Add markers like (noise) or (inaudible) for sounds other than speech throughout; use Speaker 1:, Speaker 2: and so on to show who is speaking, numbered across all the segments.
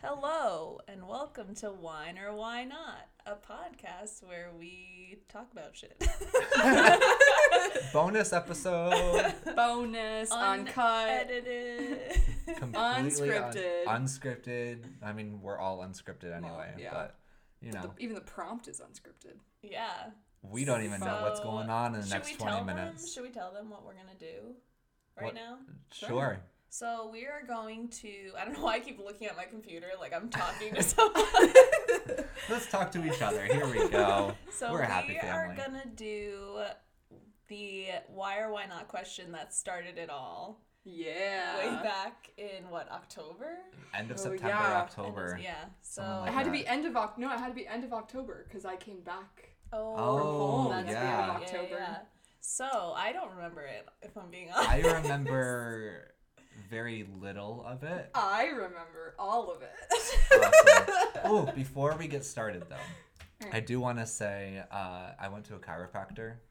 Speaker 1: Hello, and welcome to Wine or Why Not, a podcast where we talk about
Speaker 2: (laughs)
Speaker 1: shit. (laughs)
Speaker 2: Bonus episode.
Speaker 3: Bonus, uncut.
Speaker 2: (laughs)
Speaker 1: Unedited.
Speaker 2: Completely un-
Speaker 3: Unscripted.
Speaker 2: unscripted. I mean, we're all unscripted anyway,
Speaker 3: yeah.
Speaker 2: but you know,
Speaker 3: Even the prompt is unscripted.
Speaker 1: yeah.
Speaker 2: we don't even know what's
Speaker 1: So,
Speaker 2: going on in the
Speaker 1: Should
Speaker 2: next
Speaker 1: we
Speaker 2: 20
Speaker 1: tell Them,
Speaker 2: minutes.
Speaker 1: should we tell them what we're going to do right
Speaker 2: What?
Speaker 1: now?
Speaker 2: Sure.
Speaker 1: So we are going to, I don't know why I keep looking at my computer like
Speaker 2: (laughs)
Speaker 1: I'm talking to someone.
Speaker 2: Let's talk to each other. Here
Speaker 1: (laughs)
Speaker 2: we go.
Speaker 1: So
Speaker 2: We're
Speaker 1: we
Speaker 2: a happy
Speaker 1: are
Speaker 2: family.
Speaker 1: gonna do the why or why not question that started it all
Speaker 3: Yeah.
Speaker 1: way back in what October?
Speaker 2: End of
Speaker 3: Oh,
Speaker 2: September,
Speaker 3: yeah.
Speaker 2: October.
Speaker 1: And- yeah. So
Speaker 2: Something
Speaker 3: It
Speaker 2: like
Speaker 3: had to
Speaker 2: that.
Speaker 3: be end of Oc. No, it had to be end of October because I came back.
Speaker 1: oh,
Speaker 2: Oh,
Speaker 3: home,
Speaker 2: that's the
Speaker 1: right,
Speaker 2: end of
Speaker 3: October.
Speaker 1: So I don't remember it if I'm being honest.
Speaker 2: I remember very little of it.
Speaker 3: I remember all of it.
Speaker 2: Oh, before we get started though,
Speaker 3: Alright.
Speaker 2: I do want to say uh, I went to a chiropractor.
Speaker 3: (laughs)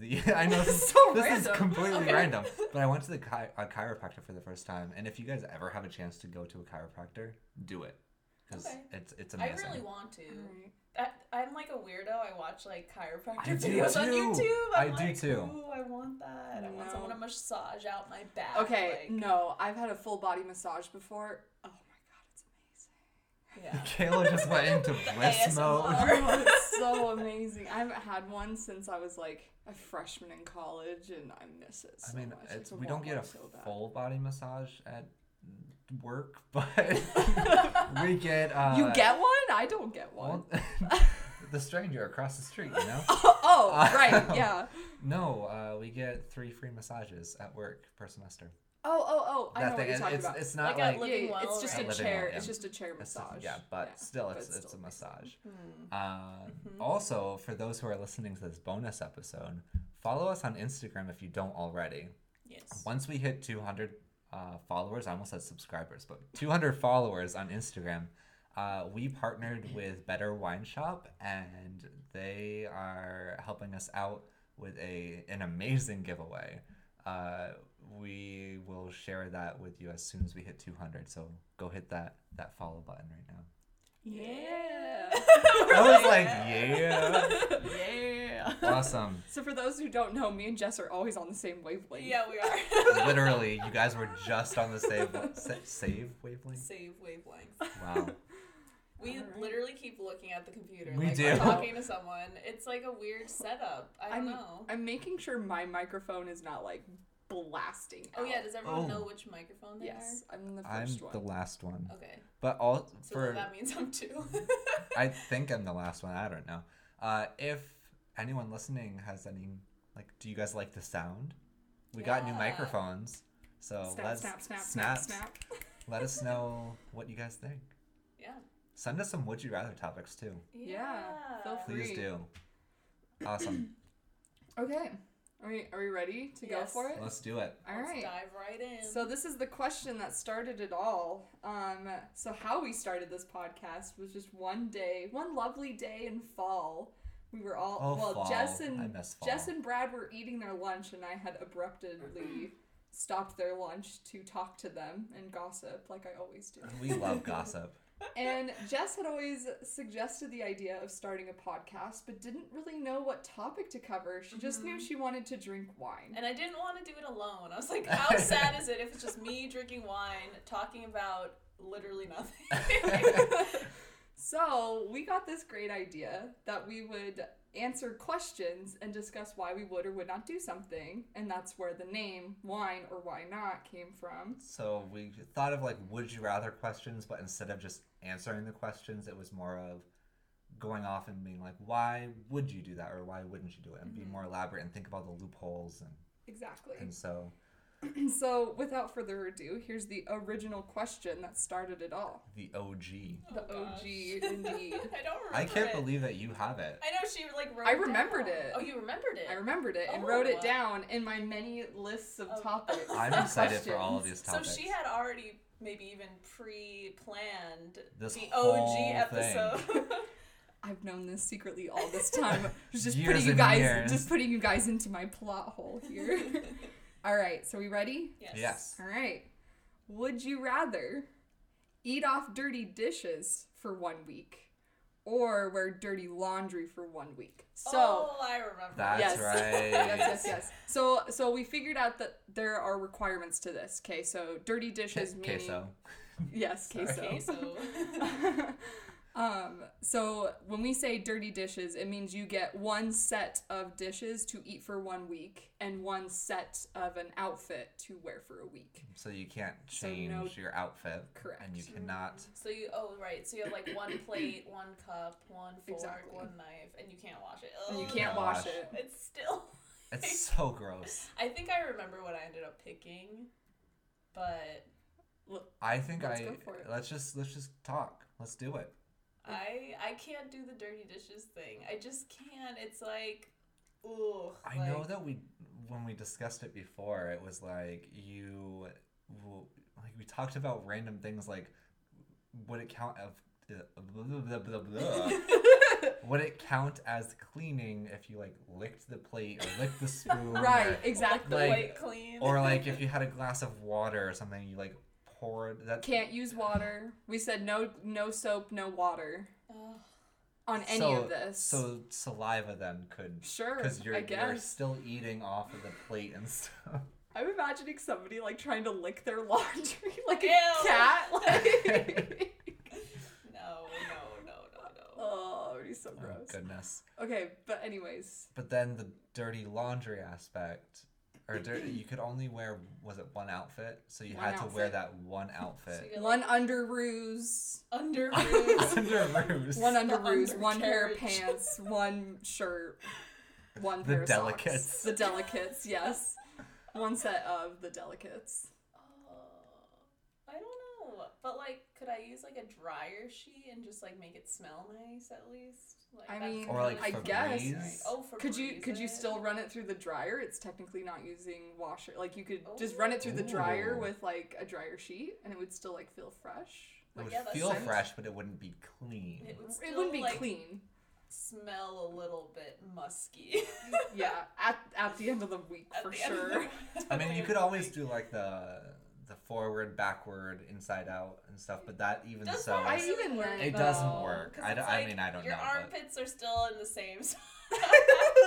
Speaker 2: The, I know this,
Speaker 3: So
Speaker 2: this is
Speaker 3: random.
Speaker 2: completely
Speaker 3: Okay.
Speaker 2: random, but I went to the chi- a chiropractor for the first time. And if you guys ever have a chance to go to a chiropractor, do it because
Speaker 1: Okay.
Speaker 2: it's it's
Speaker 1: I
Speaker 2: amazing.
Speaker 1: really want to. Mm-hmm. I, I'm like a weirdo. I watch like chiropractor
Speaker 2: I do
Speaker 1: videos on
Speaker 2: too.
Speaker 1: YouTube.
Speaker 2: I
Speaker 1: I'm
Speaker 2: do
Speaker 1: like,
Speaker 2: too.
Speaker 1: Ooh, I want that. I want
Speaker 3: No.
Speaker 1: someone to massage out my back.
Speaker 3: (laughs) Okay,
Speaker 1: like-
Speaker 3: no, I've had a full body massage before. Oh my
Speaker 1: Yeah.
Speaker 2: Kayla just
Speaker 3: (laughs)
Speaker 2: went into bliss
Speaker 1: ASMR.
Speaker 2: mode.
Speaker 3: god, it's amazing. Oh, it's so amazing. I haven't had one since I was like a freshman in college, and I miss it.
Speaker 2: I
Speaker 3: So
Speaker 2: mean,
Speaker 3: much.
Speaker 2: it's,
Speaker 3: I
Speaker 2: we don't
Speaker 3: want
Speaker 2: get
Speaker 3: one
Speaker 2: a
Speaker 3: so bad.
Speaker 2: full body massage at work, (laughs)
Speaker 3: (laughs)
Speaker 2: but we get. Uh,
Speaker 3: you get one? I don't get one.
Speaker 2: well, (laughs) the stranger across the street, you know?
Speaker 3: (laughs) oh,
Speaker 2: Uh, (laughs)
Speaker 3: right, yeah.
Speaker 2: No, uh, we get three free massages at work per semester.
Speaker 3: Oh, oh, oh! I know
Speaker 2: thing
Speaker 3: what you're
Speaker 2: is-
Speaker 3: talking
Speaker 2: it's,
Speaker 3: about.
Speaker 2: it's
Speaker 1: Like
Speaker 2: not
Speaker 1: a
Speaker 2: like,
Speaker 1: li-
Speaker 3: yeah,
Speaker 1: Living
Speaker 3: yeah,
Speaker 1: Well,
Speaker 3: it's just
Speaker 1: right?
Speaker 3: a
Speaker 2: Living
Speaker 3: chair.
Speaker 2: Well, yeah.
Speaker 3: It's just a chair
Speaker 2: it's just-
Speaker 3: massage.
Speaker 2: yeah, but
Speaker 3: Yeah,
Speaker 2: still,
Speaker 3: but
Speaker 2: it's it's
Speaker 3: still. hmm.
Speaker 2: a massage. Uh,
Speaker 3: Mm-hmm.
Speaker 2: Also, for those who are listening to this bonus episode, follow us on Instagram if you don't already.
Speaker 1: Yes.
Speaker 2: Once we hit 200 uh, followers, I almost said subscribers, but 200 followers on Instagram, uh, we partnered with Better Wine Shop, and they are helping us out with a an amazing giveaway. Uh, we will share that with you as soon as we hit 200. So go hit that that follow button right now.
Speaker 3: Yeah.
Speaker 2: I was like, yeah,
Speaker 3: (laughs)
Speaker 1: yeah.
Speaker 2: awesome.
Speaker 3: so for those who don't know, me and Jess are always on the same
Speaker 1: (laughs)
Speaker 3: wavelength.
Speaker 1: Yeah, we are.
Speaker 2: (laughs) Literally, you guys were just on the save sa- save wavelength.
Speaker 1: Save wavelengths. (laughs)
Speaker 2: Wow.
Speaker 1: We
Speaker 3: Alright.
Speaker 1: literally keep looking at the computer.
Speaker 2: We
Speaker 1: like
Speaker 2: do.
Speaker 1: We're talking to someone. It's like a weird setup. I don't
Speaker 3: I'm,
Speaker 1: know.
Speaker 3: I'm making sure my microphone is not like blasting.
Speaker 1: oh yeah,
Speaker 3: out.
Speaker 1: does everyone
Speaker 2: Oh.
Speaker 1: know which microphone they
Speaker 3: Yes, I'm the
Speaker 2: I'm
Speaker 3: first one.
Speaker 2: the last one.
Speaker 1: are? Okay.
Speaker 2: But all
Speaker 1: So
Speaker 2: for
Speaker 3: (laughs)
Speaker 1: that means I'm two.
Speaker 2: I think I'm the last one. I don't know. Uh, if anyone listening has any like, do you guys like the sound? We got new
Speaker 1: Yeah.
Speaker 2: microphones, so
Speaker 3: Snap,
Speaker 2: let's
Speaker 3: snap, snap, snap,
Speaker 2: snaps.
Speaker 3: snap.
Speaker 2: Let us
Speaker 3: (laughs)
Speaker 2: know what you guys think.
Speaker 1: (laughs) yeah.
Speaker 2: Send us some would you rather topics too.
Speaker 3: Yeah, feel free.
Speaker 2: Please
Speaker 3: Agree.
Speaker 2: do. Awesome.
Speaker 3: (coughs) Okay. Are we are we ready to go
Speaker 1: Yes.
Speaker 3: for it?
Speaker 2: Let's do it.
Speaker 3: All
Speaker 1: Let's
Speaker 3: right.
Speaker 1: dive right in.
Speaker 3: So this is the question that started it all. Um, so how we started this podcast was just one day, one lovely day in fall. We were all
Speaker 2: Oh,
Speaker 3: well,
Speaker 2: fall.
Speaker 3: Jess
Speaker 2: I
Speaker 3: and
Speaker 2: miss fall.
Speaker 3: Jess and Brad were eating their lunch, and I had abruptly stopped their lunch to talk to them and gossip like I
Speaker 2: (laughs)
Speaker 3: always do.
Speaker 2: We love gossip.
Speaker 3: and Jess had always suggested the idea of starting a podcast, but didn't really know what topic to cover. She just
Speaker 2: Mm-hmm.
Speaker 3: knew she wanted to drink wine.
Speaker 1: and I didn't want to do it alone. I was
Speaker 2: (laughs)
Speaker 1: like, how sad is it if it's just me drinking wine, talking about literally nothing?
Speaker 2: (laughs)
Speaker 1: (laughs)
Speaker 3: So we got this great idea that we would answer questions and discuss why we would or would not do something, and that's where the name "Wine or Why Not" came from.
Speaker 2: So we thought of like would you rather questions, but instead of just answering the questions, it was more of going off and being like, why would you do that or why wouldn't you do it? And be more elaborate and think of all the loopholes and,
Speaker 3: Exactly.
Speaker 2: and so
Speaker 3: so, without further ado, here's the original question that started it all.
Speaker 2: the OG.
Speaker 3: The
Speaker 1: Oh, gosh.
Speaker 3: OG,
Speaker 1: (laughs)
Speaker 3: indeed.
Speaker 1: I don't remember.
Speaker 2: I can't
Speaker 1: it.
Speaker 2: believe that you have it.
Speaker 1: I know she like wrote.
Speaker 3: I
Speaker 1: it
Speaker 3: remembered
Speaker 1: down.
Speaker 3: it.
Speaker 1: Oh, you remembered it.
Speaker 3: I remembered it and
Speaker 1: Oh.
Speaker 3: wrote it down in my many lists of
Speaker 1: Oh.
Speaker 3: topics.
Speaker 2: I'm
Speaker 3: and
Speaker 2: excited for all of
Speaker 3: questions.
Speaker 2: these topics.
Speaker 1: So she had already maybe even pre-planned
Speaker 2: This
Speaker 1: the
Speaker 2: whole
Speaker 1: OG
Speaker 2: thing.
Speaker 1: episode.
Speaker 3: (laughs) I've known this secretly all this time.
Speaker 2: (laughs)
Speaker 3: just
Speaker 2: Years
Speaker 3: putting you
Speaker 2: and
Speaker 3: guys
Speaker 2: years.
Speaker 3: just putting you guys into my plot hole here. (laughs) all right, so we ready?
Speaker 1: (laughs) yes.
Speaker 2: Yes.
Speaker 3: All right. Would you rather eat off dirty dishes for one week or wear dirty laundry for one week. So
Speaker 1: oh, I remember.
Speaker 2: That's
Speaker 3: Yes.
Speaker 2: right.
Speaker 3: yes, yes, yes. So so we figured out that there are requirements to this. Okay, so dirty dishes meaning
Speaker 2: Queso.
Speaker 3: yes, queso.
Speaker 1: Okay, so
Speaker 3: (laughs) um, so when we say dirty dishes, it means you get one set of dishes to eat for one week and one set of an outfit to wear for a week.
Speaker 2: So you can't
Speaker 3: So
Speaker 2: change
Speaker 3: no-
Speaker 2: your outfit. And you
Speaker 3: Correct.
Speaker 2: cannot.
Speaker 1: so you oh right, so you have like one
Speaker 2: (clears throat)
Speaker 1: plate, one cup, one fork,
Speaker 3: Exactly.
Speaker 1: one knife, and you can't wash it.
Speaker 3: And you
Speaker 1: Ugh.
Speaker 3: can't
Speaker 2: Gosh.
Speaker 3: wash it.
Speaker 1: (laughs) It's still.
Speaker 2: It's so gross.
Speaker 1: I think I remember what I ended up picking, but
Speaker 2: I think
Speaker 3: Let's
Speaker 2: I.
Speaker 3: go for it.
Speaker 2: Let's just let's just talk. Let's do it.
Speaker 1: I I can't do the dirty dishes thing. I just can't. It's like, ooh.
Speaker 2: I know that we when we discussed it before, it was like you w- like we talked about random things like would it count
Speaker 3: (laughs)
Speaker 2: of blah, blah, blah, blah, blah. would it count as cleaning if you like licked the plate or
Speaker 3: (laughs)
Speaker 2: licked the spoon
Speaker 3: Right,
Speaker 2: or,
Speaker 1: the
Speaker 3: exactly.
Speaker 2: Like-
Speaker 1: white clean.
Speaker 2: or like if you had a glass of water or something you like poured that
Speaker 3: Can't use water. We said no no soap, no water
Speaker 1: Ugh.
Speaker 3: on any
Speaker 2: so,
Speaker 3: of this.
Speaker 2: so saliva then could
Speaker 3: sure,
Speaker 2: because you're
Speaker 3: I
Speaker 2: you're
Speaker 3: guess.
Speaker 2: still eating off of the plate and (laughs) stuff
Speaker 3: I'm imagining somebody like trying to lick their (laughs) laundry like
Speaker 1: Ew.
Speaker 3: a cat.
Speaker 1: (laughs)
Speaker 3: Like, (laughs)
Speaker 1: no, no, no, no, no.
Speaker 3: oh, it'd be so
Speaker 2: oh
Speaker 3: gross.
Speaker 2: goodness
Speaker 3: okay, but anyways,
Speaker 2: But then the dirty laundry aspect, or dirty, you could only wear was it one outfit? So you
Speaker 3: One
Speaker 2: had to wear
Speaker 3: outfit.
Speaker 2: that one
Speaker 1: So
Speaker 2: outfit.
Speaker 1: you're
Speaker 3: one
Speaker 1: like
Speaker 3: under ruse,
Speaker 1: under
Speaker 2: (laughs) Under ruse.
Speaker 3: one under ruse,
Speaker 1: undercarriage.
Speaker 3: one pair
Speaker 1: (laughs)
Speaker 3: of pants, one shirt, one
Speaker 2: The
Speaker 3: pair of socks.
Speaker 2: delicates.
Speaker 3: The delicates, yes. One set of the delicates.
Speaker 1: Uh, I don't know, but like, could I use like a dryer sheet and just like make it smell nice at least? Like,
Speaker 3: I
Speaker 1: that's
Speaker 3: mean,
Speaker 2: Or, like,
Speaker 1: kinda
Speaker 2: Febreze.
Speaker 3: guess.
Speaker 1: Oh, for
Speaker 3: Could you could you still run it through the dryer? It's technically not using washer. Like you could just run it through the dryer
Speaker 2: Ooh.
Speaker 3: with like a dryer sheet, and it would still like feel fresh.
Speaker 2: It
Speaker 1: Like,
Speaker 2: would
Speaker 1: yeah, that
Speaker 2: feel
Speaker 1: sounds-
Speaker 2: fresh, but it wouldn't be clean.
Speaker 1: It would
Speaker 3: It
Speaker 1: still,
Speaker 3: wouldn't be
Speaker 1: like,
Speaker 3: clean.
Speaker 1: Smell a little bit musky. (laughs)
Speaker 3: Yeah, at at the end of the week
Speaker 1: at
Speaker 3: for
Speaker 1: the end of the-
Speaker 3: sure.
Speaker 2: I mean, you could always do like the the forward, backward, inside out, and stuff. But that even
Speaker 1: Does
Speaker 2: so,
Speaker 1: that
Speaker 3: I-
Speaker 1: actually
Speaker 3: even
Speaker 1: work,
Speaker 3: then,
Speaker 2: It doesn't
Speaker 1: though?
Speaker 2: work.
Speaker 1: 'Cause
Speaker 2: I don't-
Speaker 1: it's
Speaker 2: I
Speaker 1: like
Speaker 2: mean, I don't
Speaker 1: your
Speaker 2: know, but-
Speaker 1: armpits are still in the same (laughs) spot.
Speaker 3: (laughs)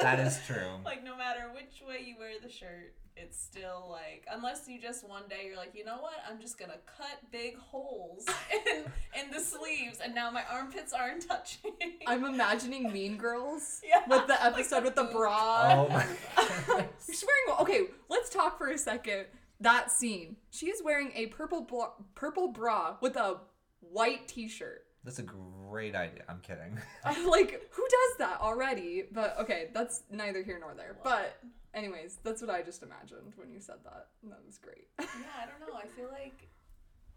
Speaker 2: that is true.
Speaker 1: (laughs) like no matter which way you wear the shirt, it's still like unless you just one day you're like, you know what? I'm just gonna cut big holes (laughs) in in the sleeves, and now my armpits aren't touching.
Speaker 3: (laughs)
Speaker 1: (laughs)
Speaker 3: I'm imagining Mean Girls
Speaker 1: Yeah,
Speaker 3: with the episode with the
Speaker 1: boobs.
Speaker 2: oh
Speaker 3: bra.
Speaker 2: my. (laughs)
Speaker 3: She's wearing okay. Let's talk for a second. That scene. She is wearing a purple bra, purple bra with a white T-shirt.
Speaker 2: That's a great idea. I'm kidding.
Speaker 3: I'm like, who does that already? But okay, that's neither here nor there. But anyways, that's what I just imagined when you said that. And that was great.
Speaker 1: yeah, I don't know. I feel like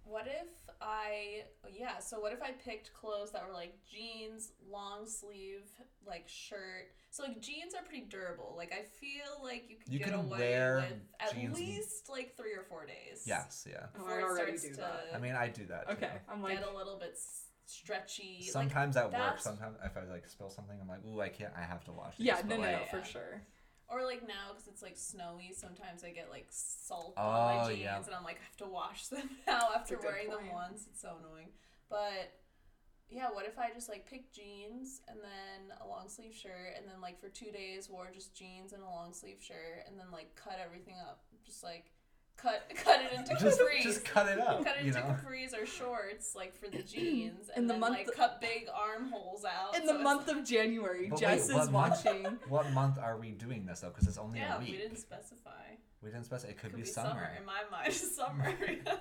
Speaker 1: what if I yeah, so what if I picked clothes that were like jeans, long sleeve, like shirt. So like jeans are pretty durable. Like I feel like you could
Speaker 2: You
Speaker 1: get
Speaker 2: can
Speaker 1: away
Speaker 2: wear
Speaker 1: with at
Speaker 2: jeans-
Speaker 1: least like 3 or 4 days.
Speaker 2: yes. Yeah.
Speaker 1: Before
Speaker 3: Oh, I
Speaker 1: it
Speaker 3: already
Speaker 1: starts
Speaker 3: do
Speaker 1: to
Speaker 3: that.
Speaker 2: I mean, I do that.
Speaker 3: Okay,
Speaker 2: Too.
Speaker 3: I'm like,
Speaker 1: get a little bit s- stretchy. like
Speaker 2: Sometimes at work,
Speaker 1: that's-
Speaker 2: sometimes if I like spill something, I'm like, ooh, I can't. I have to wash. These.
Speaker 3: yeah,
Speaker 2: But,
Speaker 3: no, no,
Speaker 2: like,
Speaker 3: no,
Speaker 1: like-
Speaker 3: for sure.
Speaker 1: Or like now, because it's like snowy, sometimes I get like salt
Speaker 2: Oh,
Speaker 1: on my jeans,
Speaker 2: yeah.
Speaker 1: and I'm like, I have to wash (laughs) them now
Speaker 3: a
Speaker 1: after
Speaker 3: good
Speaker 1: wearing
Speaker 3: point.
Speaker 1: them once. It's so annoying. But yeah, what if I just like picked jeans and then a long sleeve shirt, and then like for two days wore just jeans and a long sleeve shirt, and then like cut everything up, just like cut (laughs) cut it into
Speaker 2: just,
Speaker 1: capris.
Speaker 2: just cut it up.
Speaker 1: Cut it
Speaker 2: you
Speaker 1: into
Speaker 2: know?
Speaker 1: capris or shorts, like for
Speaker 2: (clears throat)
Speaker 1: the jeans,
Speaker 3: In
Speaker 1: and
Speaker 3: the
Speaker 1: then
Speaker 3: month-
Speaker 1: like cut big armholes out.
Speaker 3: In
Speaker 1: Oh, so
Speaker 3: the
Speaker 1: it's
Speaker 3: month of January,
Speaker 2: But wait,
Speaker 3: Jess
Speaker 2: what
Speaker 3: is
Speaker 2: month?
Speaker 3: watching.
Speaker 2: (laughs) What month are we doing this though? Because it's only
Speaker 1: yeah,
Speaker 2: a week.
Speaker 1: we didn't specify.
Speaker 2: specify. It could,
Speaker 1: Could
Speaker 2: be,
Speaker 1: be
Speaker 2: summer.
Speaker 1: In my mind, (laughs) it's summer. yes.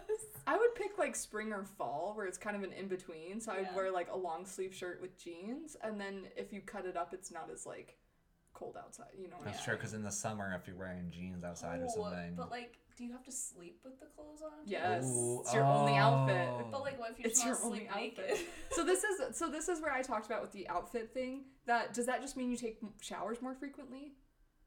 Speaker 3: I would pick like spring or fall where it's kind of an in between. So I would
Speaker 1: Yeah.
Speaker 3: wear like a long sleeve shirt with jeans. And then if you cut it up, it's not as like cold outside, you know what I
Speaker 2: That's
Speaker 3: mean?
Speaker 2: true. Because in the summer, if you're wearing jeans outside or
Speaker 1: Ooh,
Speaker 2: something,
Speaker 1: But like, do you have to sleep with the clothes on? too?
Speaker 3: Yes.
Speaker 2: Ooh,
Speaker 3: it's your only outfit.
Speaker 2: oh.
Speaker 1: But like, what if you
Speaker 3: It's
Speaker 1: just want to
Speaker 3: your only
Speaker 1: sleep naked? (laughs)
Speaker 3: So this is so this is where I talked about with the outfit thing. That does that just mean you take m- showers more frequently?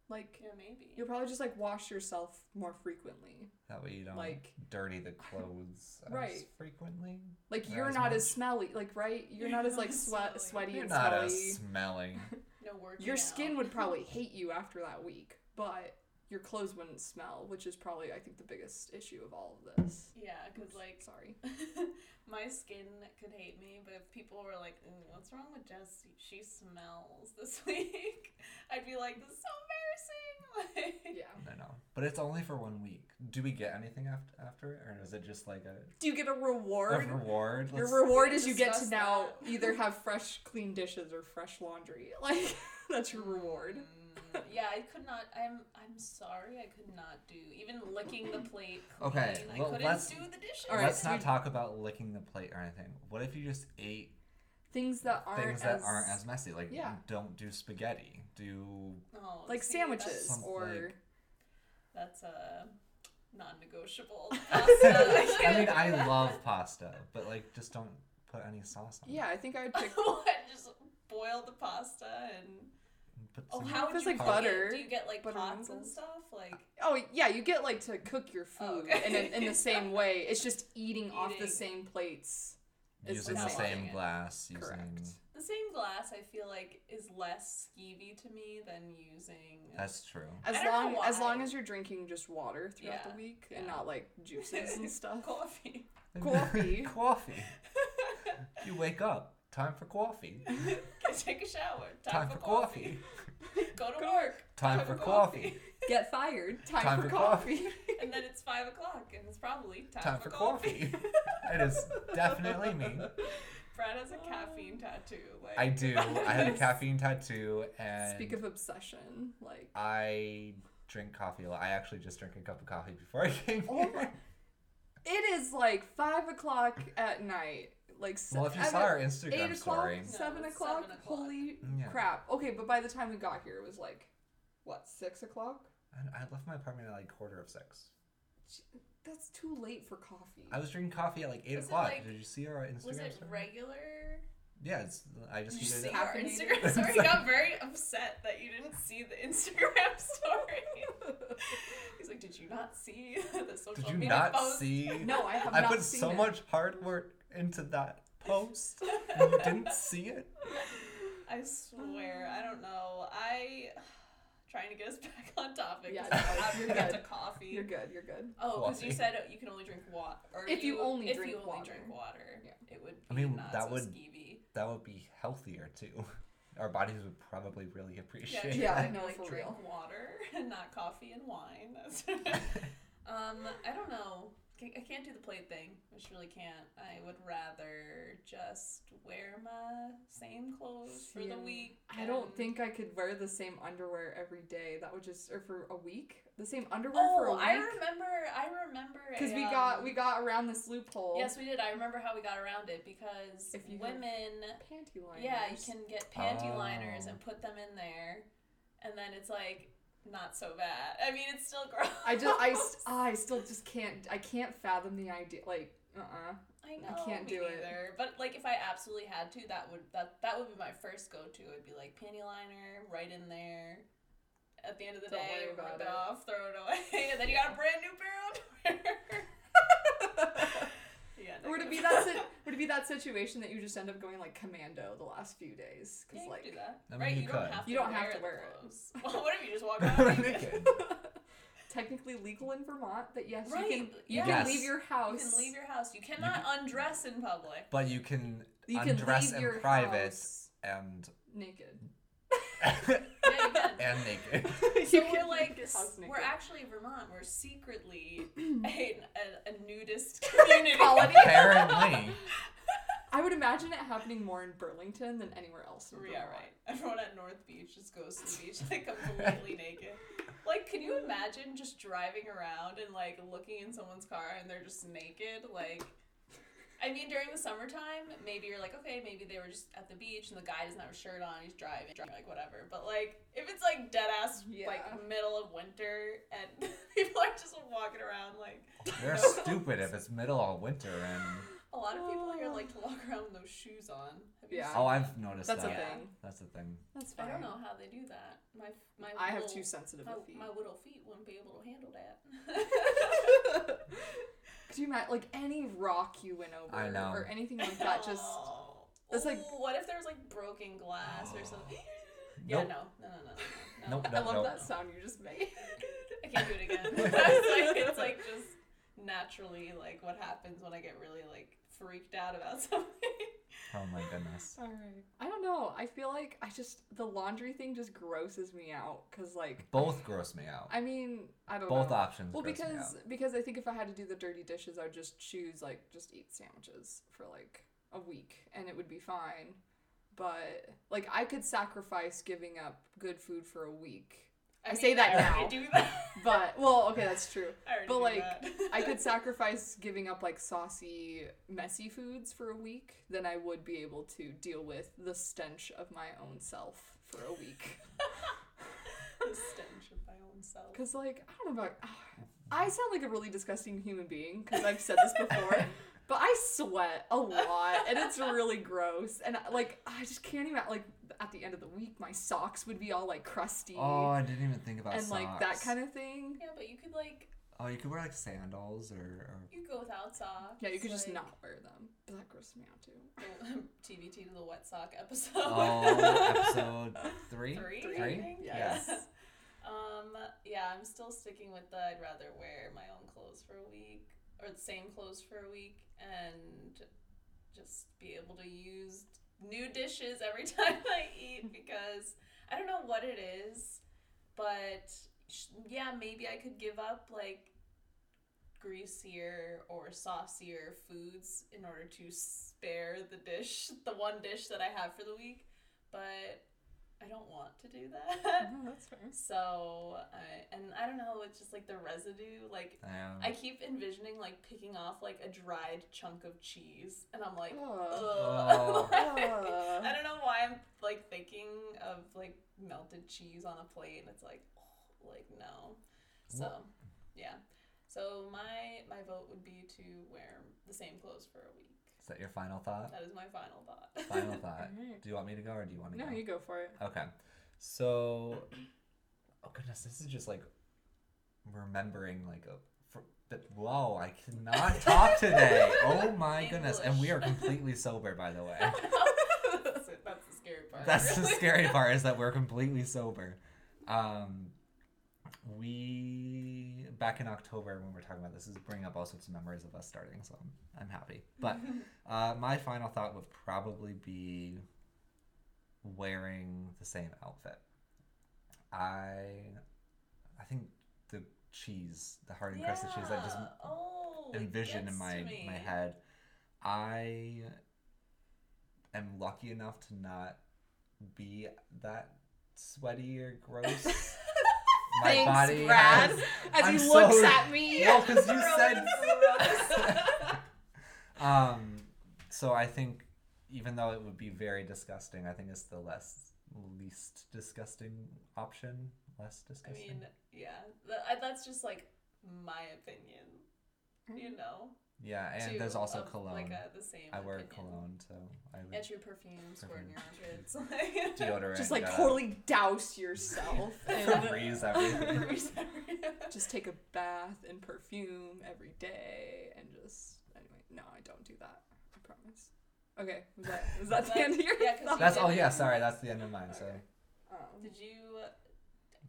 Speaker 3: Like
Speaker 1: yeah, maybe.
Speaker 3: you'll probably just like wash yourself more frequently.
Speaker 2: that way you don't
Speaker 3: like-
Speaker 2: dirty the clothes as
Speaker 3: Right.
Speaker 2: frequently.
Speaker 3: Like
Speaker 2: Not
Speaker 3: you're
Speaker 2: as
Speaker 3: not
Speaker 2: much.
Speaker 3: as smelly, like right? You're,
Speaker 1: You're
Speaker 3: not as
Speaker 1: not
Speaker 3: like
Speaker 1: as
Speaker 3: sweat,
Speaker 1: smelly.
Speaker 3: sweaty
Speaker 2: You're
Speaker 3: and
Speaker 2: not
Speaker 3: smelly.
Speaker 2: as smelling.
Speaker 1: No working.
Speaker 3: Your skin
Speaker 1: out.
Speaker 3: would probably hate you after that week, but your clothes wouldn't smell, which is probably I think the biggest issue of all of this.
Speaker 1: Yeah, because
Speaker 3: Oops,
Speaker 1: like (laughs)
Speaker 3: sorry.
Speaker 1: my skin could hate me, but if people were like, "Ooh, "What's wrong with Jess? She smells this (laughs) week," I'd be like, "This is so embarrassing!" (laughs) Like,
Speaker 3: Yeah.
Speaker 2: I know. But it's only for one week. Do we get anything after after it, or is it just like a,
Speaker 3: Do you get a
Speaker 2: a
Speaker 3: reward?
Speaker 2: reward?
Speaker 3: Your
Speaker 2: Let's-
Speaker 3: reward is you get to
Speaker 1: Discuss
Speaker 3: now
Speaker 1: that.
Speaker 3: either have fresh clean dishes or fresh laundry. (laughs) Like that's your reward.
Speaker 1: Mm, yeah, I could not. I'm I'm sorry, I could not do even licking the plate. Clean.
Speaker 2: Okay,
Speaker 1: I
Speaker 2: well,
Speaker 1: couldn't
Speaker 2: let's-
Speaker 1: do the dishes.
Speaker 3: All right,
Speaker 2: Let's
Speaker 3: so
Speaker 2: not
Speaker 3: we-
Speaker 2: talk about licking the plate or anything. What if you just ate
Speaker 3: Things that aren't
Speaker 2: things that
Speaker 3: as,
Speaker 2: aren't as messy? Like,
Speaker 3: Yeah.
Speaker 2: don't do spaghetti.
Speaker 3: (laughs)
Speaker 2: Do
Speaker 1: Oh,
Speaker 3: like
Speaker 1: see,
Speaker 3: sandwiches
Speaker 2: Some,
Speaker 3: or
Speaker 2: like-
Speaker 1: That's, that's a
Speaker 3: (laughs)
Speaker 1: non-negotiable. Pasta. (laughs) I
Speaker 2: I
Speaker 1: can't
Speaker 2: mean,
Speaker 1: do
Speaker 2: I
Speaker 1: that.
Speaker 2: love pasta, but like, just don't put any sauce on.
Speaker 3: yeah, I think I would pick
Speaker 1: (laughs) what? Just boil the pasta and
Speaker 2: it. Put
Speaker 1: oh,
Speaker 2: some-
Speaker 1: how
Speaker 3: If
Speaker 1: would
Speaker 3: it's
Speaker 1: you
Speaker 3: like
Speaker 1: cook
Speaker 3: butter,
Speaker 1: It? Do you get like
Speaker 3: butter
Speaker 1: pots and
Speaker 3: noodles.
Speaker 1: stuff? Like
Speaker 3: Oh yeah, you get like to cook your food
Speaker 1: Oh, okay.
Speaker 3: and in, in the (laughs) same way. It's just eating, off the
Speaker 1: Eating.
Speaker 3: same plates. it's
Speaker 2: using the
Speaker 1: just not
Speaker 2: same
Speaker 1: it.
Speaker 2: glass. Using
Speaker 3: Correct.
Speaker 1: the same glass, I feel like is less skeevy to me than using. (laughs)
Speaker 2: that's true.
Speaker 3: As
Speaker 1: I don't
Speaker 3: long
Speaker 1: know
Speaker 3: as long
Speaker 1: why.
Speaker 3: as you're drinking just water throughout
Speaker 1: Yeah,
Speaker 3: the week
Speaker 1: yeah.
Speaker 3: and not like
Speaker 1: (laughs)
Speaker 3: juices (laughs) and stuff.
Speaker 1: coffee.
Speaker 3: Coffee.
Speaker 2: (laughs) coffee. You wake up. Time for
Speaker 3: (laughs)
Speaker 2: coffee. Time,
Speaker 1: Take a shower. Time,
Speaker 2: for coffee.
Speaker 1: Go to work.
Speaker 2: Time for coffee.
Speaker 3: Get fired. Time,
Speaker 2: Time
Speaker 3: for,
Speaker 2: for
Speaker 3: coffee.
Speaker 1: and then it's five o'clock, and it's probably time,
Speaker 2: Time for
Speaker 1: (laughs)
Speaker 2: coffee. (laughs) It is definitely me.
Speaker 1: Brad has a caffeine tattoo. Like
Speaker 2: I do. I had a caffeine tattoo and
Speaker 3: (laughs) Speak of obsession, like
Speaker 2: I drink coffee a lot. I actually just drank a cup of coffee before I (laughs) came
Speaker 3: Oh
Speaker 2: here.
Speaker 3: my- it is like five o'clock at night. Like se-
Speaker 2: Well, if you
Speaker 3: I
Speaker 2: saw
Speaker 3: mean,
Speaker 2: our
Speaker 3: eight
Speaker 2: Instagram
Speaker 3: o'clock,
Speaker 2: story,
Speaker 1: No,
Speaker 3: seven
Speaker 1: it's
Speaker 3: o'clock.
Speaker 1: seven o'clock.
Speaker 3: Holy
Speaker 2: Yeah.
Speaker 3: crap! Okay, but by the time we got here, it was like what six o'clock?
Speaker 2: I I left my apartment at like quarter of six.
Speaker 3: That's too late for coffee.
Speaker 2: I was drinking coffee at like eight
Speaker 1: Was it,
Speaker 2: o'clock.
Speaker 1: like-
Speaker 2: Did you see our Instagram
Speaker 1: was it
Speaker 2: story?
Speaker 1: regular?
Speaker 2: Yeah, it's, I just
Speaker 1: Did you
Speaker 2: needed
Speaker 1: see
Speaker 2: it.
Speaker 1: our
Speaker 3: Caffeinated?
Speaker 1: (laughs) Instagram story? He got very upset that you didn't see the Instagram (laughs) story. He's like, "Did you not see (laughs) the social
Speaker 2: Did you
Speaker 1: media
Speaker 2: not
Speaker 1: post?"
Speaker 2: see?
Speaker 3: (laughs) No, I have
Speaker 2: I
Speaker 3: not
Speaker 2: put
Speaker 3: seen
Speaker 2: so
Speaker 3: it.
Speaker 2: much hard work into
Speaker 3: (laughs)
Speaker 2: that post, and you didn't see it.
Speaker 1: (laughs) I swear, I don't know. I (sighs) trying to get us (laughs) back on topic.
Speaker 3: Yeah,
Speaker 1: 'cause
Speaker 3: no,
Speaker 1: I have to
Speaker 3: you're
Speaker 1: get to
Speaker 3: good.
Speaker 1: coffee.
Speaker 3: You're good. You're good.
Speaker 1: Oh, because you
Speaker 2: Coffee.
Speaker 1: said you can only drink water. Or
Speaker 3: If you only
Speaker 1: if
Speaker 3: drink
Speaker 1: you only
Speaker 3: water.
Speaker 1: drink water,
Speaker 3: Yeah.
Speaker 1: it would. Be
Speaker 2: I mean,
Speaker 1: not
Speaker 2: that
Speaker 1: so
Speaker 2: would-
Speaker 1: skeevy.
Speaker 2: (laughs) That would be healthier too. Our bodies would probably really appreciate.
Speaker 3: Yeah,
Speaker 2: that.
Speaker 3: I know,
Speaker 1: like
Speaker 3: for
Speaker 1: drink
Speaker 3: real.
Speaker 1: water (laughs) and not coffee and wine.
Speaker 2: (laughs)
Speaker 1: That's- (laughs) um, I don't know. Ca- I can't do the plate thing. I just really can't. I would rather just wear my same clothes for the
Speaker 3: Same.
Speaker 1: week.
Speaker 3: I don't
Speaker 1: and-
Speaker 3: think I could wear the same underwear every day. That would just or for a week. The same underwear for a
Speaker 1: Oh,
Speaker 3: week.
Speaker 1: I remember. I remember. a,
Speaker 3: Because we
Speaker 1: um,
Speaker 3: got we got around this loophole.
Speaker 1: Yes, we did. I remember how we got around it because
Speaker 3: If you have-
Speaker 1: women.
Speaker 3: panty liners.
Speaker 1: Yeah, you can get panty liners
Speaker 2: Oh.
Speaker 1: and put them in there, and then it's like not so bad. I mean, it's still (laughs) gross.
Speaker 3: I just I, uh, st- I still just can't I can't fathom the idea like uh uh
Speaker 1: I know.
Speaker 3: I can't
Speaker 1: me
Speaker 3: do it.
Speaker 1: neither. But like, if I absolutely had to, that would that that would be my first go to. It'd be like panty liner right in there. At the end of the
Speaker 3: Don't
Speaker 1: day,
Speaker 3: worry about
Speaker 1: rip it
Speaker 3: it.
Speaker 1: off, throw it away, (laughs) and then you got a brand new pair of underwear.
Speaker 3: (laughs)
Speaker 1: yeah.
Speaker 3: Would it be
Speaker 1: negative. (laughs)
Speaker 3: that si- would it be that situation that you just end up going like commando the last few days?
Speaker 1: Yeah,
Speaker 3: Because
Speaker 1: you
Speaker 3: like
Speaker 1: can do that.
Speaker 2: I mean,
Speaker 1: right,
Speaker 2: you
Speaker 1: you, don't
Speaker 2: could.
Speaker 1: have to
Speaker 3: You don't have to
Speaker 1: the
Speaker 3: wear it.
Speaker 1: clothes. (laughs) Well, what if you just
Speaker 3: (laughs)
Speaker 1: walk around naked?
Speaker 2: (laughs) Naked.
Speaker 3: technically legal in Vermont that yes
Speaker 1: Right,
Speaker 3: you can you
Speaker 2: yes.
Speaker 3: can leave your
Speaker 1: You
Speaker 3: house
Speaker 1: can leave your house. You cannot undress in public.
Speaker 2: But you can
Speaker 3: You can
Speaker 2: undress
Speaker 3: leave
Speaker 2: in
Speaker 3: your
Speaker 2: private
Speaker 3: house
Speaker 2: and (laughs)
Speaker 3: naked. (laughs)
Speaker 1: Yeah, you can.
Speaker 2: and naked.
Speaker 1: (laughs) So
Speaker 3: You can
Speaker 1: we're
Speaker 3: leave
Speaker 1: like,
Speaker 3: your house
Speaker 1: we're
Speaker 3: naked.
Speaker 1: actually Vermont. We're
Speaker 3: (clears throat)
Speaker 1: secretly a, a, a nudist community.
Speaker 3: Colony.
Speaker 2: Apparently,
Speaker 3: I would imagine it happening more in Burlington than anywhere else. In
Speaker 1: yeah,
Speaker 3: Vermont.
Speaker 1: right. (laughs) Everyone at North Beach just goes to
Speaker 3: (laughs)
Speaker 1: the beach like completely naked. Like, can you imagine just driving around and like looking in someone's car and they're just naked? Like, I mean, during the summertime, maybe you're like, okay, maybe they were just at the beach and the guy doesn't have a shirt on, he's driving, driving, like whatever. But like, if it's like dead ass, like
Speaker 3: Yeah.
Speaker 1: middle of winter and (laughs) people are just walking around like.
Speaker 2: (laughs) they're stupid if it's middle of winter and
Speaker 1: A lot of people here like to walk around with no shoes on. Have you
Speaker 3: Yeah.
Speaker 1: seen
Speaker 2: oh,
Speaker 1: that?
Speaker 2: I've noticed
Speaker 3: That's
Speaker 2: that.
Speaker 3: a thing.
Speaker 2: That's the thing.
Speaker 3: That's
Speaker 1: I
Speaker 3: fine.
Speaker 1: don't know how they do that. My my
Speaker 3: I have
Speaker 1: little-
Speaker 3: too sensitive
Speaker 1: my,
Speaker 3: a feet.
Speaker 1: my (laughs) little feet wouldn't be able to handle that.
Speaker 3: (laughs)
Speaker 1: (laughs)
Speaker 3: Could you imagine, like any rock you went over
Speaker 2: I know.
Speaker 3: or anything like that? Just
Speaker 1: Oh.
Speaker 3: It's like-
Speaker 1: Ooh, what if there was like broken
Speaker 3: (gasps)
Speaker 1: glass or something? Yeah,
Speaker 2: Nope.
Speaker 1: no, no, no, no, no, no.
Speaker 2: Nope,
Speaker 3: I
Speaker 2: nope,
Speaker 3: love
Speaker 2: nope.
Speaker 3: that sound you just made.
Speaker 1: I can't do it again.
Speaker 3: (laughs)
Speaker 1: (laughs) it's like it's like just naturally like what happens when I get really like freaked out about (laughs) something.
Speaker 2: Oh my goodness.
Speaker 3: All right. I don't know. I feel like I just the laundry thing just grosses me out because like
Speaker 2: Both gross me out.
Speaker 3: I mean I don't
Speaker 2: Both
Speaker 3: know.
Speaker 2: options.
Speaker 3: Well,
Speaker 2: gross me out.
Speaker 3: because because I think if I had to do the dirty dishes, I would just choose like just eat sandwiches for like a week, and it would be fine. But like I could sacrifice giving up good food for a week. I say that
Speaker 1: I already
Speaker 3: now.
Speaker 1: do that.
Speaker 3: (laughs) But well, okay, that's true.
Speaker 1: I already
Speaker 3: But,
Speaker 1: do
Speaker 3: like,
Speaker 1: that.
Speaker 3: I
Speaker 1: (laughs)
Speaker 3: could sacrifice giving up like saucy, messy foods for a week, then I would be able to deal with the stench of my own self for a week.
Speaker 1: the stench of my own self.
Speaker 3: Cause like I don't know about (sighs) I sound like a really disgusting human being because I've said this
Speaker 2: (laughs)
Speaker 3: before, but I sweat a lot and it's really gross and uh, like I just can't even like at the end of the week my socks would be all like crusty
Speaker 2: Oh, I didn't even think about
Speaker 3: and
Speaker 2: socks.
Speaker 3: like that kind of thing.
Speaker 1: Yeah, but you could like
Speaker 2: Oh, you could wear like sandals or. or...
Speaker 1: you could go without socks.
Speaker 3: Yeah, you could just
Speaker 1: like, (laughs)
Speaker 3: not wear them. But that grosses me out too.
Speaker 1: go- TBT to the wet sock episode.
Speaker 3: (laughs)
Speaker 2: Oh, episode three.
Speaker 1: three. I
Speaker 2: Three?
Speaker 1: think?
Speaker 2: Yes.
Speaker 1: Yeah. Um, yeah, I'm still sticking with the I'd rather wear my own clothes for a week or the same clothes for a week and just be able to use new dishes every (laughs) time I eat because I don't know what it is, but sh- yeah, maybe I could give up like greasier or saucier foods in order to spare the dish, (laughs) the one dish that I have for the week, but I don't want to do that.
Speaker 3: (laughs) No, that's
Speaker 1: (laughs)
Speaker 3: fair.
Speaker 1: So, I, and I don't know, it's just like the residue. Like,
Speaker 2: Um,
Speaker 1: I keep envisioning like picking off like a dried chunk of cheese, and I'm like, ugh.
Speaker 2: Oh.
Speaker 1: (laughs) Like,
Speaker 3: Ugh.
Speaker 1: I don't know why I'm like thinking of like melted cheese on a plate, and it's like, oh, like no. So, yeah. So my my vote would be to wear the same clothes for a week.
Speaker 2: Is that your final thought?
Speaker 1: That is my final thought. (laughs)
Speaker 3: (laughs)
Speaker 2: Final thought.
Speaker 3: Alright.
Speaker 2: Do you want me to go or do you want to
Speaker 3: Mm-hmm. No,
Speaker 2: go?
Speaker 3: you go for it.
Speaker 2: Okay. So, oh goodness, this is just like remembering like a. fr- But, whoa, I cannot talk today. Oh my goodness. And we are
Speaker 1: English.
Speaker 2: completely sober, by the way.
Speaker 1: (laughs) that's, it. that's the scary part.
Speaker 2: That's the
Speaker 1: really.
Speaker 2: scary part is that we're completely sober. Um, we back in October when we we're talking about this is bringing up all sorts of memories of us starting, so I'm, I'm happy. But uh, my final thought would probably be wearing the same outfit. I I think the cheese, the hard encrusted cheese, that just
Speaker 1: Yeah. oh, it
Speaker 2: envision in
Speaker 1: gets
Speaker 2: my
Speaker 1: to me.
Speaker 2: my
Speaker 1: (laughs)
Speaker 2: head. I am lucky enough to not be that sweaty or
Speaker 1: (laughs)
Speaker 2: gross. my
Speaker 3: Thanks,
Speaker 2: body
Speaker 3: Brad.
Speaker 2: has-
Speaker 3: As
Speaker 2: I'm
Speaker 3: he
Speaker 2: so-
Speaker 3: looks
Speaker 2: (laughs)
Speaker 3: at me.
Speaker 2: no,
Speaker 1: (laughs)
Speaker 2: because you
Speaker 1: Gross.
Speaker 2: said
Speaker 1: (laughs) Gross.
Speaker 2: (laughs) um. So I think even though it would be very disgusting, I think it's the less least disgusting option. Less
Speaker 1: I
Speaker 2: disgusting.
Speaker 1: mean, yeah, Th- I- that's just like my opinion,
Speaker 3: Mm-hmm.
Speaker 1: you know.
Speaker 2: yeah, and
Speaker 1: to-
Speaker 2: there's also
Speaker 1: of,
Speaker 2: cologne.
Speaker 1: Like a, the same.
Speaker 2: I wear
Speaker 1: opinion.
Speaker 2: cologne, so I would
Speaker 1: (laughs) Yeah, true perfume, squirt in your
Speaker 2: (laughs)
Speaker 1: armpits. (laughs)
Speaker 2: deodorant.
Speaker 3: Just like
Speaker 2: uh, (laughs)
Speaker 3: totally douse yourself. and-
Speaker 2: Freeze
Speaker 1: (laughs)
Speaker 2: everything. (laughs)
Speaker 1: Freeze everything.
Speaker 3: just take a bath and perfume every day and just anyway no i don't do that i promise okay was that
Speaker 1: (laughs)
Speaker 3: was that the end of your
Speaker 1: Yeah, 'cause
Speaker 3: thought?
Speaker 1: you
Speaker 2: That's
Speaker 1: did
Speaker 2: oh
Speaker 1: it.
Speaker 2: yeah, sorry, that's the end of mine. So
Speaker 3: Okay. um,
Speaker 1: Did you? uh,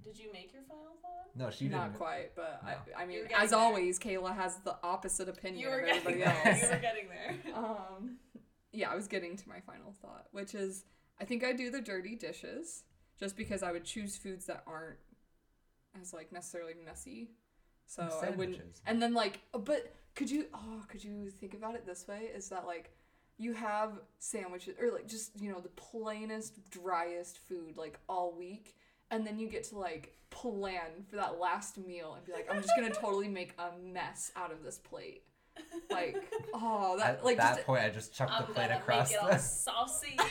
Speaker 1: Did you make your final thought?
Speaker 2: no, she
Speaker 3: not
Speaker 2: didn't.
Speaker 3: quite but I, I mean
Speaker 1: You're getting
Speaker 3: as
Speaker 1: there.
Speaker 3: always kayla has the opposite opinion
Speaker 1: You were
Speaker 3: of
Speaker 1: getting (laughs)
Speaker 3: everybody
Speaker 1: there.
Speaker 3: else
Speaker 1: You were getting there.
Speaker 3: um, yeah, I was getting to my final thought, which is I think I do the dirty dishes just because I would choose foods that aren't as like necessarily messy. So
Speaker 2: And
Speaker 3: I wouldn't.
Speaker 2: sandwiches.
Speaker 3: And then like, but could you? Oh, could you think about it this way? Is that like you have sandwiches or like just you know the plainest, driest food like all week, and then you get to like plan for that last meal and be like, I'm just gonna totally make a mess out of this plate. Like, oh, that
Speaker 2: At
Speaker 3: like
Speaker 2: that
Speaker 3: just
Speaker 2: point, I just chucked
Speaker 1: I'm
Speaker 2: (laughs) the plate
Speaker 1: gonna
Speaker 2: across
Speaker 1: make
Speaker 2: (laughs)
Speaker 1: it all
Speaker 2: the
Speaker 1: saucy.
Speaker 2: all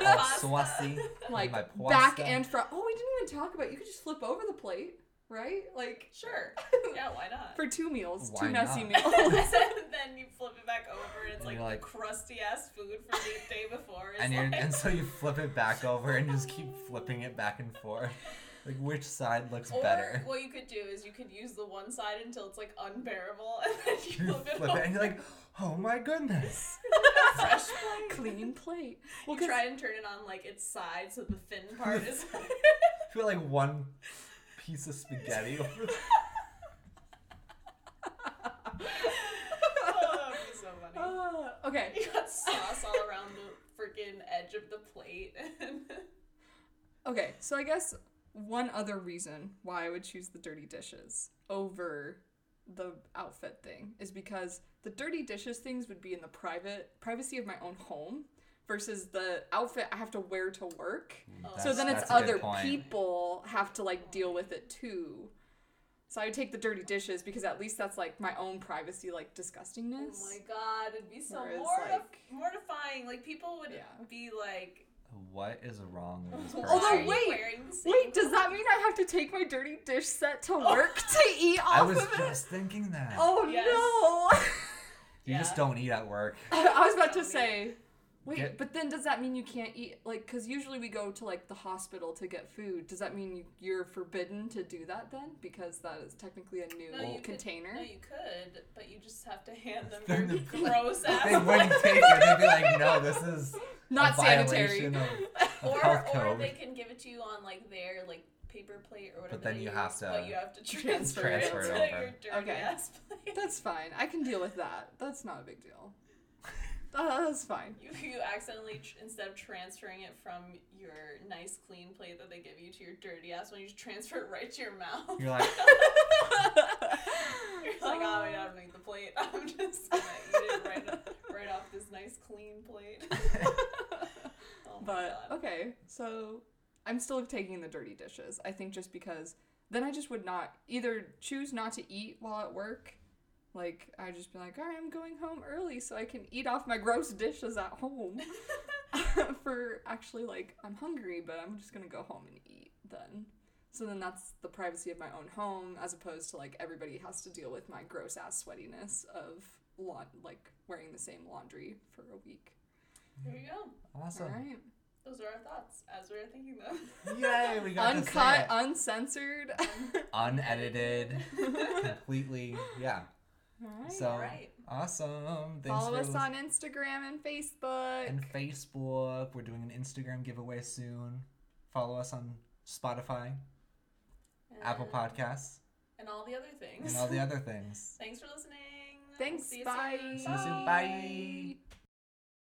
Speaker 1: Pasta.
Speaker 2: saucy.
Speaker 3: like
Speaker 2: my
Speaker 3: back
Speaker 2: pasta.
Speaker 3: and front. Oh, we didn't even talk about. You could just flip over the plate, right? Like
Speaker 2: (laughs)
Speaker 1: Sure. Yeah, why not?
Speaker 3: for two meals,
Speaker 2: Why
Speaker 3: two messy
Speaker 2: not?
Speaker 1: (laughs)
Speaker 2: (laughs)
Speaker 3: meals.
Speaker 1: then you flip it back over and it's
Speaker 2: And
Speaker 1: like,
Speaker 2: you're like-
Speaker 1: crusty ass food from the
Speaker 2: (laughs)
Speaker 1: day before. It's
Speaker 2: and you
Speaker 1: like,
Speaker 2: and so you flip it back over and just keep flipping it back and forth. Like which side looks
Speaker 1: or
Speaker 2: better?
Speaker 1: what you could do is you could use the one side until it's like unbearable and then you
Speaker 2: (laughs) You
Speaker 1: flip it
Speaker 2: flip
Speaker 1: over.
Speaker 2: it and you're like, oh
Speaker 1: (laughs)
Speaker 2: my goodness.
Speaker 1: fresh plate.
Speaker 3: Clean plate. Well,
Speaker 1: you (laughs)
Speaker 2: (laughs)
Speaker 3: 'cause-
Speaker 1: Oh, try and turn it on like its side so the thin part is
Speaker 2: I feel like one piece of spaghetti over the (laughs)
Speaker 1: oh, that'd be so funny.
Speaker 3: Ah, okay.
Speaker 1: You got sauce all around the freaking edge of the plate.
Speaker 2: Mm,
Speaker 1: (laughs)
Speaker 3: Okay, so I guess one other reason why I would choose the dirty dishes over the outfit thing is because the dirty dishes things would be in the private privacy of my own home versus the outfit I have to wear to work. so
Speaker 1: Oh, That's-
Speaker 3: then it's
Speaker 2: that's a good
Speaker 3: other
Speaker 2: point.
Speaker 3: people have to like deal with it too. So I would take the dirty dishes because at least that's like my own privacy, like
Speaker 1: oh
Speaker 3: disgustingness.
Speaker 1: my god, it'd be so
Speaker 3: Whereas,
Speaker 1: mortif-
Speaker 3: like-
Speaker 1: mortifying. Like people would
Speaker 3: Yeah.
Speaker 1: be like,
Speaker 2: What is wrong with this
Speaker 1: "Why
Speaker 2: person?
Speaker 3: Although,
Speaker 1: are you
Speaker 3: wait,
Speaker 1: wearing the same
Speaker 3: Wait, does that mean I have to take my dirty dish set to work to eat off
Speaker 2: I was
Speaker 3: of it?
Speaker 2: just thinking that.
Speaker 3: Oh
Speaker 1: Oh. Yes.
Speaker 3: (laughs)
Speaker 2: you just
Speaker 1: yeah.
Speaker 2: don't eat at
Speaker 1: (laughs)
Speaker 2: work.
Speaker 3: no! (laughs) I was about
Speaker 1: Tell
Speaker 3: to
Speaker 1: me.
Speaker 3: say, wait,
Speaker 2: Get-
Speaker 3: but then does that mean you can't eat? Like, because usually we go to like the hospital to get food. Does that mean you, you're forbidden to do that then? Because that is technically a new
Speaker 1: No, you could-
Speaker 3: container.
Speaker 1: No, you could, but you just have to hand them
Speaker 2: Then
Speaker 1: your
Speaker 2: (laughs) the-
Speaker 1: gross ass.
Speaker 2: They wouldn't take it. They'd be like, no, this is
Speaker 3: Not
Speaker 2: a
Speaker 1: (laughs)
Speaker 3: sanitary.
Speaker 2: violation of, of
Speaker 1: (laughs) or
Speaker 2: health
Speaker 1: or
Speaker 2: code.
Speaker 1: they can give it to you on like their like paper plate or whatever.
Speaker 2: then
Speaker 1: they
Speaker 2: you
Speaker 1: use,
Speaker 2: have to
Speaker 1: But you have to transfer,
Speaker 3: transfer
Speaker 2: it
Speaker 1: it to
Speaker 2: over.
Speaker 1: your dirty
Speaker 3: Okay.
Speaker 1: ass
Speaker 3: (laughs)
Speaker 1: plate. (laughs)
Speaker 3: That's fine. I can deal with that. That's not a big deal. Uh,
Speaker 1: (laughs)
Speaker 3: that's fine.
Speaker 1: You, you accidentally tr- instead of transferring it from your nice clean plate that they give you to your dirty ass one, you just transfer it right to your mouth. (laughs)
Speaker 2: You're like,
Speaker 1: You're like, oh wait, I don't need the plate. (laughs) I'm just gonna eat it right, right off this nice clean plate. (laughs) oh my
Speaker 3: But
Speaker 1: god.
Speaker 3: okay, so I'm still taking the dirty dishes. I think just because then I just would not either choose not to eat while at work, like I'd just be like, all right, I'm going home early so I can eat off my gross dishes at home. (laughs) For actually, like I'm hungry, but I'm just gonna go home and eat then. So then that's the privacy of my own home as opposed to like everybody has to deal with my gross ass sweatiness of laun- like wearing the same laundry for a week.
Speaker 1: There you go.
Speaker 2: awesome.
Speaker 3: All right.
Speaker 1: Those are our thoughts as we were thinking them.
Speaker 2: Yay, we got to say
Speaker 3: uncut,
Speaker 1: uh
Speaker 2: it.
Speaker 3: uncensored.
Speaker 2: unedited,
Speaker 1: (laughs)
Speaker 2: completely. Yeah. So
Speaker 1: Alright.
Speaker 2: awesome. Thanks
Speaker 3: follow
Speaker 2: for
Speaker 3: us
Speaker 2: listening.
Speaker 3: on Instagram and Facebook.
Speaker 2: and Facebook. We're doing an Instagram giveaway soon. Follow us on Spotify, Apple
Speaker 1: And-
Speaker 2: Podcasts,
Speaker 1: And all the other things.
Speaker 3: (laughs)
Speaker 2: and all the other things.
Speaker 1: Thanks for listening.
Speaker 3: Thanks.
Speaker 1: See you
Speaker 3: bye.
Speaker 1: soon.
Speaker 2: See you soon. Bye.